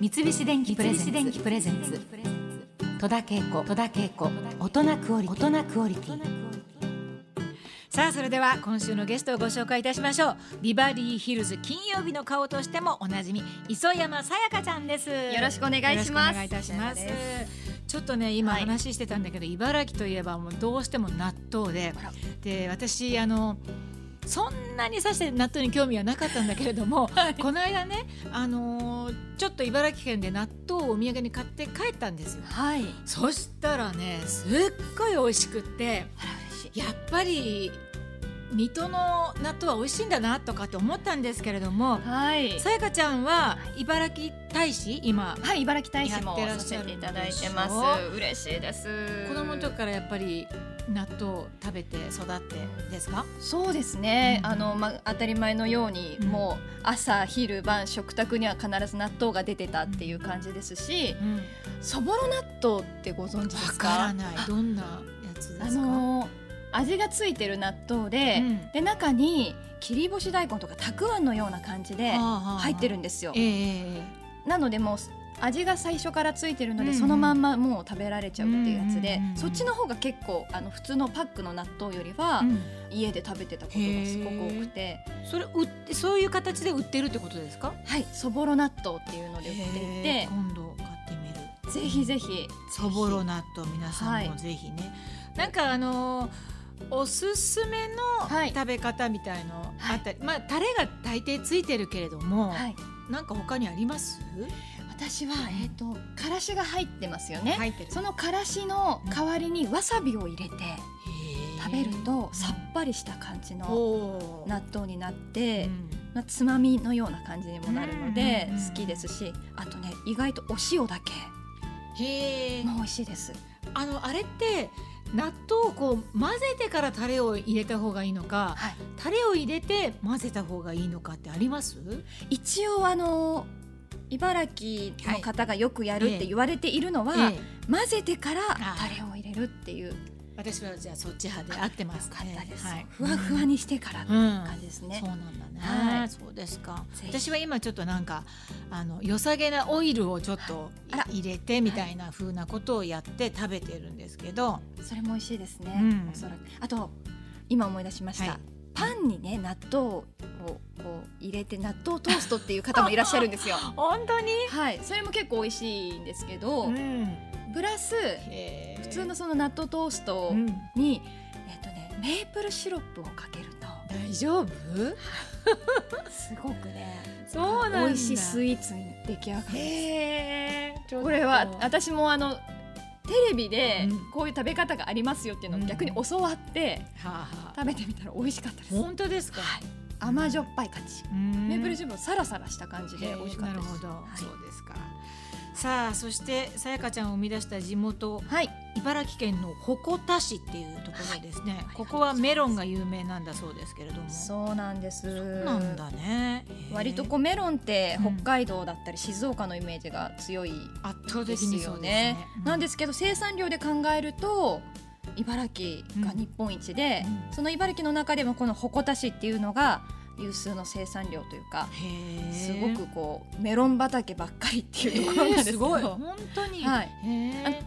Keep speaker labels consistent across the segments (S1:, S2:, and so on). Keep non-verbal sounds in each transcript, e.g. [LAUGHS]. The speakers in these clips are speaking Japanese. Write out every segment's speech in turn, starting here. S1: 三菱電機プレゼンツ戸田恵子戸田恵子大人クオリティ大人クオリティさあそれでは今週のゲストをご紹介いたしましょうビバリーヒルズ金曜日の顔としてもおなじみ磯山さやかちゃんですよ
S2: よろしくお願いします
S1: お願いいたします
S2: 磯山で
S1: ちょっとね今
S2: はい
S1: 話してたんだけど、茨城といえばもうどうしても納豆で
S2: あら
S1: で私あのそんなにさして納豆に興味はなかったんだけれど
S2: [LAUGHS]
S1: も、この間ね、あのーちょっと茨城県で納豆をお土産に買って帰ったんですよ
S2: はい
S1: そしたらねすっごい美味しくって
S2: あら嬉しい
S1: やっぱり水戸の納豆は美味しいんだなとかって思ったんですけれども
S2: はい
S1: さやかちゃんは茨城大使今
S2: はい茨城大使も
S1: やってらっ
S2: さ
S1: し
S2: せ
S1: ゃるんでし
S2: て
S1: ょ
S2: いただいてます嬉しいです
S1: 子供の時からやっぱり納豆を食べて育ってですか
S2: そうですね、
S1: うん
S2: あのま当たり前のように、
S1: うん
S2: もう朝昼晩食卓には必ず納豆が出てたっていう感じですし
S1: うん、
S2: そぼろ納豆ってご存知で
S1: わ
S2: す
S1: から
S2: か
S1: ないどんなやつで
S2: あ
S1: すか、
S2: の味がついてる納豆で、
S1: うん
S2: で中に切り干し大根とかたくあんのような感じで入
S1: 入
S2: ってるん
S1: で
S2: ですよ
S1: えええ
S2: なのでもう味が最初からついてるの
S1: う
S2: で、
S1: んうん
S2: そのまんまもう食べられちゃうっていうやつで、
S1: うんうんうんうん
S2: そっちの方が結構あの普通のパックの納豆より
S1: え
S2: は、
S1: うん
S2: 家で食べてたことがすごく多くて、
S1: それ売ってそういう形で売ってるってことですか
S2: はい、そぼろ納豆っていうので売ってい
S1: へえ
S2: て、
S1: 今度買ってみる
S2: ぜひぜひ
S1: そぼろ納豆皆さんもぜひね、なんかあのーおすすめ
S2: は
S1: の
S2: い
S1: 食べ方みたいの
S2: は
S1: あ
S2: い
S1: ったり、まあタレが大抵ついてるけれども、
S2: はい、
S1: なんか他にあります？
S2: 私はえっ、とからしが入ってますよね。
S1: 入ってる
S2: そのからしの代わりにわさびを入れて食べるとさっぱりした感じの
S1: おー
S2: 納豆になって
S1: う、ん
S2: まあ、つまみのような感じにもなるので
S1: うんうんうん
S2: 好きですしあとね意外とお塩だけ
S1: へえ
S2: も美味しいです
S1: あのあれって納豆をこう混ぜてからタレを入れた方がいいのか、
S2: はい
S1: タレを入れて混ぜた方がいいのかってあります？
S2: 一応あの茨城の方がよくやるって言われているのは、
S1: ええ
S2: 混ぜてから
S1: あ
S2: タレを入れるっていう
S1: 私はじゃあそっち派で合ってます
S2: よかったです、
S1: はい
S2: ふわふわにしてからっていう
S1: うん
S2: 感じですね
S1: そう、なんだね、
S2: はい
S1: そうですか
S2: ぜひ
S1: 私は今ちょっとなんかあの良さげなオイルをちょっと
S2: いあら
S1: 入れてみたいな風なことをやって食べてるんですけど、
S2: それも美味しいですね、
S1: うん
S2: おそらくあと今思い出しました、
S1: はい
S2: パンにね納豆をこう入れて納豆トーストっていう方もいらっしゃるん
S1: [LAUGHS]
S2: ですよ
S1: 本当に、
S2: はいそれも結構美味しいんですけど、
S1: ん、
S2: プラス
S1: へー
S2: 普通のその納豆トースト
S1: うん
S2: に、えっとねメープルシロップをかけると
S1: 大丈夫？
S2: すごくね
S1: そうなんだ。
S2: 美味しいスイーツに出来上がるんです
S1: へーちょっと
S2: これは私もあのテレビで
S1: うん
S2: こういう食べ方がありますよっていうのを逆に教わって
S1: はあはあ
S2: 食べてみたら美味しかったです、
S1: 本当ですか。
S2: はい甘じょっぱい感じ
S1: メ
S2: メープルシロップをサラサラした感じで美味しかったです
S1: なるほど、
S2: はい
S1: そうですか。さあそしてさやかちゃんを生み出した地元
S2: はい、
S1: 茨城県の鉾田市っていうところですね、
S2: はい
S1: ここはメロンが有名なんだそうですけれども
S2: そうなんです
S1: そうなんだね
S2: 割とこ
S1: こ
S2: うメロンって
S1: うん
S2: 北海道だったり静岡のイメージが強い
S1: 圧倒
S2: で
S1: 的
S2: す
S1: にそうで
S2: よ
S1: す
S2: ね
S1: ね。
S2: なんですすけど生産量で考えると茨城が日本一で、
S1: うん
S2: その茨城の中でもこの鉾田市っていうのが有数の生産量というか
S1: へー
S2: すごくこうメロン畑ばっかりって [LAUGHS] いうところなん
S1: へ
S2: で
S1: ー
S2: すけ
S1: す
S2: ど、
S1: ごい本当に、
S2: はい
S1: へー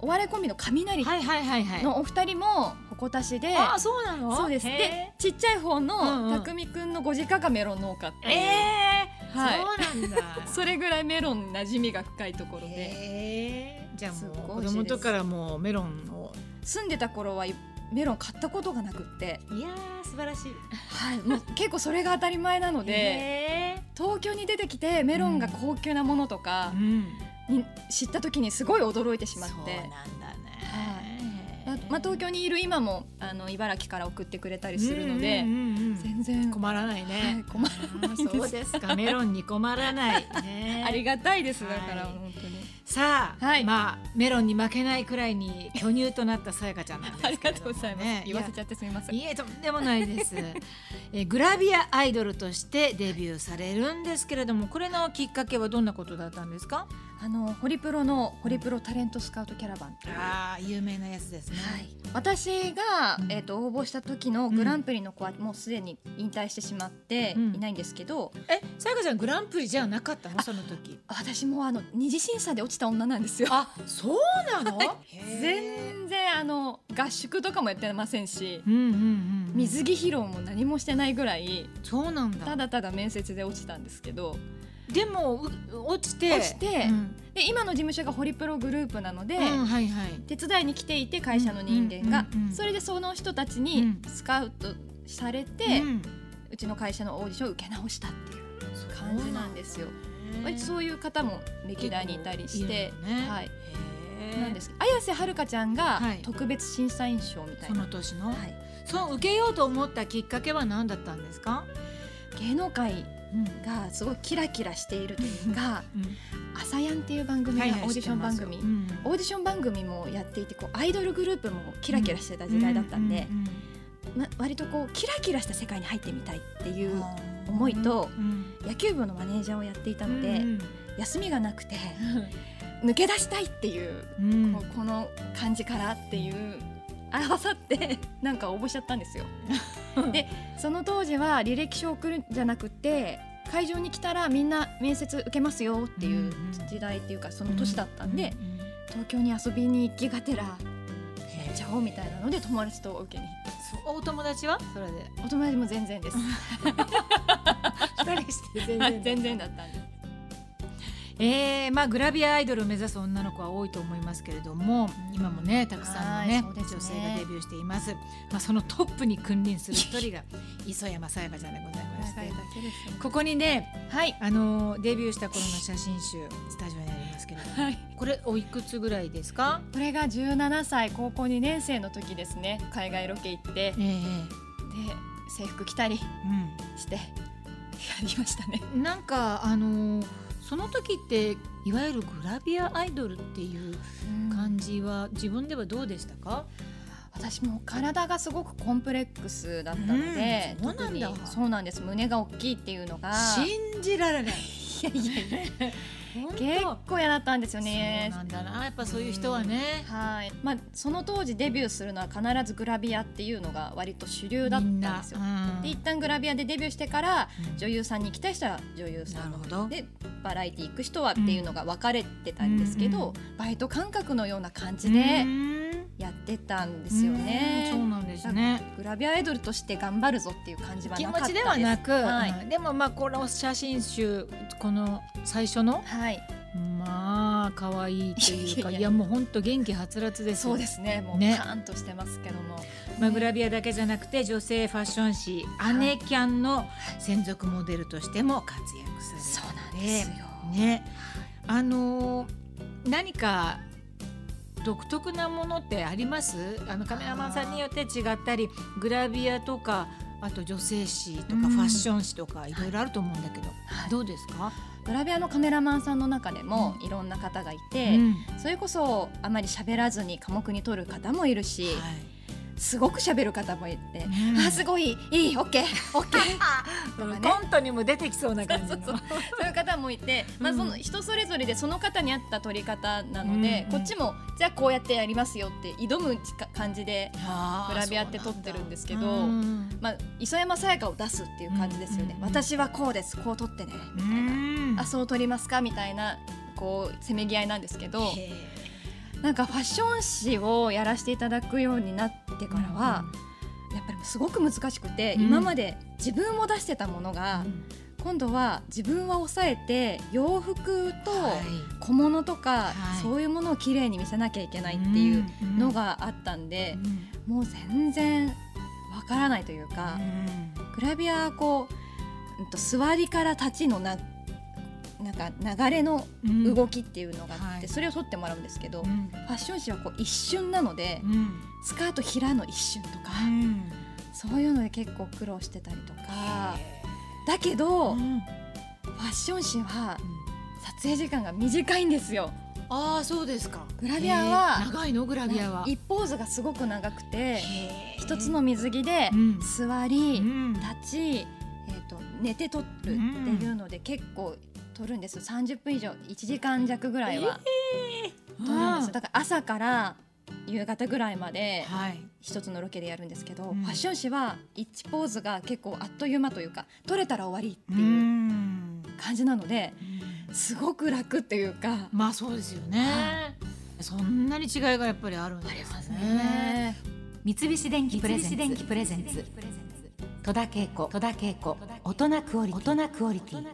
S2: お笑いコンビの雷
S1: はいはいはいはい
S2: のお二人も鉾田市で、
S1: あそうなの
S2: そうです
S1: へ
S2: でちっちゃい
S1: う
S2: 方
S1: んうん
S2: のたくみくんのご実家がメロン農家って
S1: ー
S2: いう、
S1: えー
S2: はい
S1: [LAUGHS] そうなんだ
S2: それぐらいメロン馴染みが深いところで
S1: へーじゃあ
S2: すご
S1: もう
S2: い美
S1: 子
S2: 味しい
S1: 供
S2: です
S1: とからもうメロンを
S2: 住んでた頃はメロン買ったことがなくって、
S1: いやー素晴らしい
S2: はい、もう結構それが当たり前なので
S1: へ
S2: 東京に出てきてメロンが高級なものと
S1: ー
S2: か
S1: うん、
S2: に知った時にすごい驚いてし
S1: そうな
S2: まっ
S1: んだ
S2: て
S1: ね。
S2: ままあ、東京にいる今もあの茨城から送ってくれたりするので、
S1: うんうんうんうん
S2: 全然
S1: 困らない
S2: は
S1: ね
S2: い、、困らない
S1: あーそうですかメロンに困らない、ね
S2: [LAUGHS] 、ありがたいです
S1: は
S2: だ
S1: い
S2: から本当に
S1: さあ、
S2: はい
S1: まあメロンに負けないくらいに巨乳となったさやかちゃんなんです
S2: [LAUGHS] あ
S1: け
S2: り
S1: れども、ね、
S2: がとうございます、言わせちゃってすみません
S1: いえとんでもない [LAUGHS] です、えーグラビアアイドルとしてデビューされるんですけれどもこれのきっかけはどんなことだったんですか
S2: あのホリプロのホリプロタレントスカウトキャラバンっていう
S1: ああ有名なやつですね、
S2: はい、私が
S1: う、ん
S2: えー、と応募した時のグランプリの子はもうすでに引退してしまって
S1: うん
S2: いないんですけど、
S1: えさやかちゃんグランプリじゃなかったのその時
S2: 私もあの二次審査で落ちた女なんですよ。
S1: あそうなの [LAUGHS] 然
S2: 全然あの合宿とかもやってませんし
S1: うんうんうん
S2: 水着披露も何もしてないぐらい
S1: そうなんだ
S2: ただただ面接で落ちたんですけど
S1: でもう落ちて
S2: 落ちて
S1: うん
S2: で今の事務所がホリプログループなので、
S1: うんはいはい
S2: 手伝いに来ていて会社の人間が、
S1: うんうんうんうん
S2: それでその人たちに
S1: うん
S2: スカウトされて、
S1: うん
S2: うちの会社のオーディションを受け直したっていう感じなんですよ。割と
S1: う
S2: そういう方も歴代にいたりし
S1: い
S2: て、
S1: るのね
S2: はい、
S1: へー
S2: なんですけど綾瀬はるかちゃんが
S1: はい
S2: 特別審査員賞みたい
S1: そ
S2: な、
S1: の年の、
S2: はい、
S1: その受けようと思ったきっかけは何だったんですか、
S2: 芸能界
S1: うん
S2: がすごいキラキラしているというか「朝やん」っていう番組が
S1: は
S2: オ
S1: いは
S2: ー
S1: い
S2: ディション番組、
S1: 知ってます
S2: オーディション番組もやっていてこうアイドルグループもキラキラしてた時代だったんで、
S1: うう
S2: な割とこうキラキラした世界に入ってみたいってい
S1: うん
S2: う思いと
S1: うん
S2: 野球部のマネージャーをやっていたので、
S1: うん
S2: 休みがなくて抜け出したいっていう
S1: うん
S2: こうこの感じからっていう合わさって [LAUGHS] なんか応募しちゃったんですよ。でその当時は履歴書を送るんじゃなくて会場に来たらみんな面接受けますよっていう
S1: うんうん
S2: 時代っていうかその年だったんで、
S1: うう
S2: 東京に遊びに行きがてら
S1: へー
S2: じゃおうみたいなので友達と受けに行っ
S1: そうお友達はそれで
S2: たお友達も全然です
S1: 二人して
S2: [LAUGHS]
S1: 全
S2: 全然だったんです
S1: えーまあ、グラビアアイドルを目指す女の子は多いと思いますけれども今もねたくさんの、ね
S2: はいそうです
S1: 女
S2: ね
S1: 性がデビューしています、まあ、そのトップに君臨する一人が磯山さやかちゃんでございましてここにね、
S2: はい
S1: あのーデビューした頃の写真集スタジオにありますけれども
S2: はい
S1: これおいくつぐらいですか、
S2: これが17歳高校2年生の時ですね海外ロケ行ってで
S1: ええ
S2: 制服着たりしてやりましたね
S1: うん、なんかあのーその時っていわゆるグラビアアイドルっていう感じは自分ではどうでしたか、
S2: 私も体がすごくコンプレックスだったので、
S1: うんそうなんだ
S2: 特にそうなんです胸が大きいっていうのが
S1: 信じられない
S2: いやいやいや
S1: 本当
S2: 結構嫌だったんですよ
S1: そう
S2: ね
S1: なんだなやっぱそういう人はね、
S2: はいまあ、その当時デビューするのは必ずグラビアっていうのが割と主流だった
S1: み
S2: ん
S1: ん
S2: で
S1: な
S2: すよ。で一旦グラビアでデビューしてから
S1: うん
S2: 女優さんに行きたい人は女優さ
S1: なんるほど
S2: でバラエティ行く人はっていうのが分かれてたんですけど、バイト感覚のような感じで
S1: うん
S2: やってたんですよね。
S1: うんそうなんですね
S2: グラビアアイドルとして頑張るぞっていう感じは
S1: 気
S2: な
S1: 持
S2: かったです
S1: ちではなく、
S2: はい
S1: うんでもまあこの写真集この最初の
S2: はい
S1: まあ可愛いというか
S2: いやいや
S1: いやもう本当元気はつらつです
S2: そうですねもう
S1: ね
S2: カーンとしてますけども、
S1: まあ、グラビアだけじゃなくて女性ファッション誌「
S2: い
S1: 姉キャン」の専属モデルとしても活躍されて
S2: そうなんですよ、
S1: ね、あのー何か独特なものってありますあのカメラマンさんによって違ったりグラビアとかあと女性誌と
S2: うん
S1: かファッション誌とかいろいろあると思うんだけど、
S2: はい
S1: どうですか、
S2: グラビアのカメラマンさんの中でもいろんな方がいて、
S1: うん
S2: それこそあまり喋らずに科目に取る方もいるし、
S1: はい
S2: すごく喋る方もいて、
S1: ね
S2: あすごいいいオッケーオッケー
S1: その
S2: ね
S1: コントにも出てきそうな感じの
S2: [LAUGHS] そうそういう方もいて、まあ、
S1: うん
S2: その人それぞれでその方に合った取り方なので、
S1: うんうん
S2: こっちもじゃあこうやってやりますよって挑むか感じで、
S1: あー
S2: グラビアって撮ってるんですけど
S1: そうなんだ
S2: まあ、磯山さやかを出すっていう感じです
S1: う
S2: よね、
S1: んうんうん
S2: 私はこうですこう取ってね
S1: う
S2: みたいな、
S1: ん
S2: あそう取りますかみたいなこうせめぎ合いなんですけ
S1: へ
S2: ど
S1: ー
S2: なんかファッション誌をやらせていただくようになってからは。やっぱりすごく難しくて、
S1: うん
S2: 今まで自分を出してたもの
S1: う
S2: が、
S1: ん
S2: 今度は自分は抑えて洋服と
S1: は
S2: 小物とか、
S1: はい
S2: そういうものを綺麗に見せなきゃいけないっていうのがあったん
S1: う
S2: で、
S1: んうん
S2: もう全然わからないというか、グラビアはこう、うんと、座りから立ちのななんか流れの
S1: うん
S2: 動きっていうのがあって、
S1: はい
S2: それを取ってもらうんですけど、
S1: う
S2: フ
S1: ん
S2: ァッション誌はこう一瞬なので、
S1: うん
S2: スカート平の一瞬とか。
S1: うん
S2: そういうので結構苦労してたりとか
S1: へ
S2: だけど、
S1: ー
S2: ファッション誌は撮影時間が短いんですよ
S1: ああそうですか
S2: グラビアは
S1: へー長いのグラビアは
S2: 一ポーズがすごく長くて
S1: へー
S2: 一つの水着で
S1: うん
S2: 座
S1: う
S2: り、
S1: ん
S2: 立ち、えー、と寝て撮るっていうので結構撮るんです30分以上1時間弱ぐらいは撮るんですよだから朝から夕方ぐらいまで
S1: はい
S2: 一つのロケでやるんですけど、
S1: うん
S2: ファッション誌は1ポーズが結構あっという間というか撮れたら終わり
S1: う
S2: っていうん感じなので、すごく楽っていうか。
S1: まあそうですよねそんなに違いがやっぱりあるんですね三菱電機プレゼンツ戸田恵子戸田恵子大人クオリティ大人クオリティ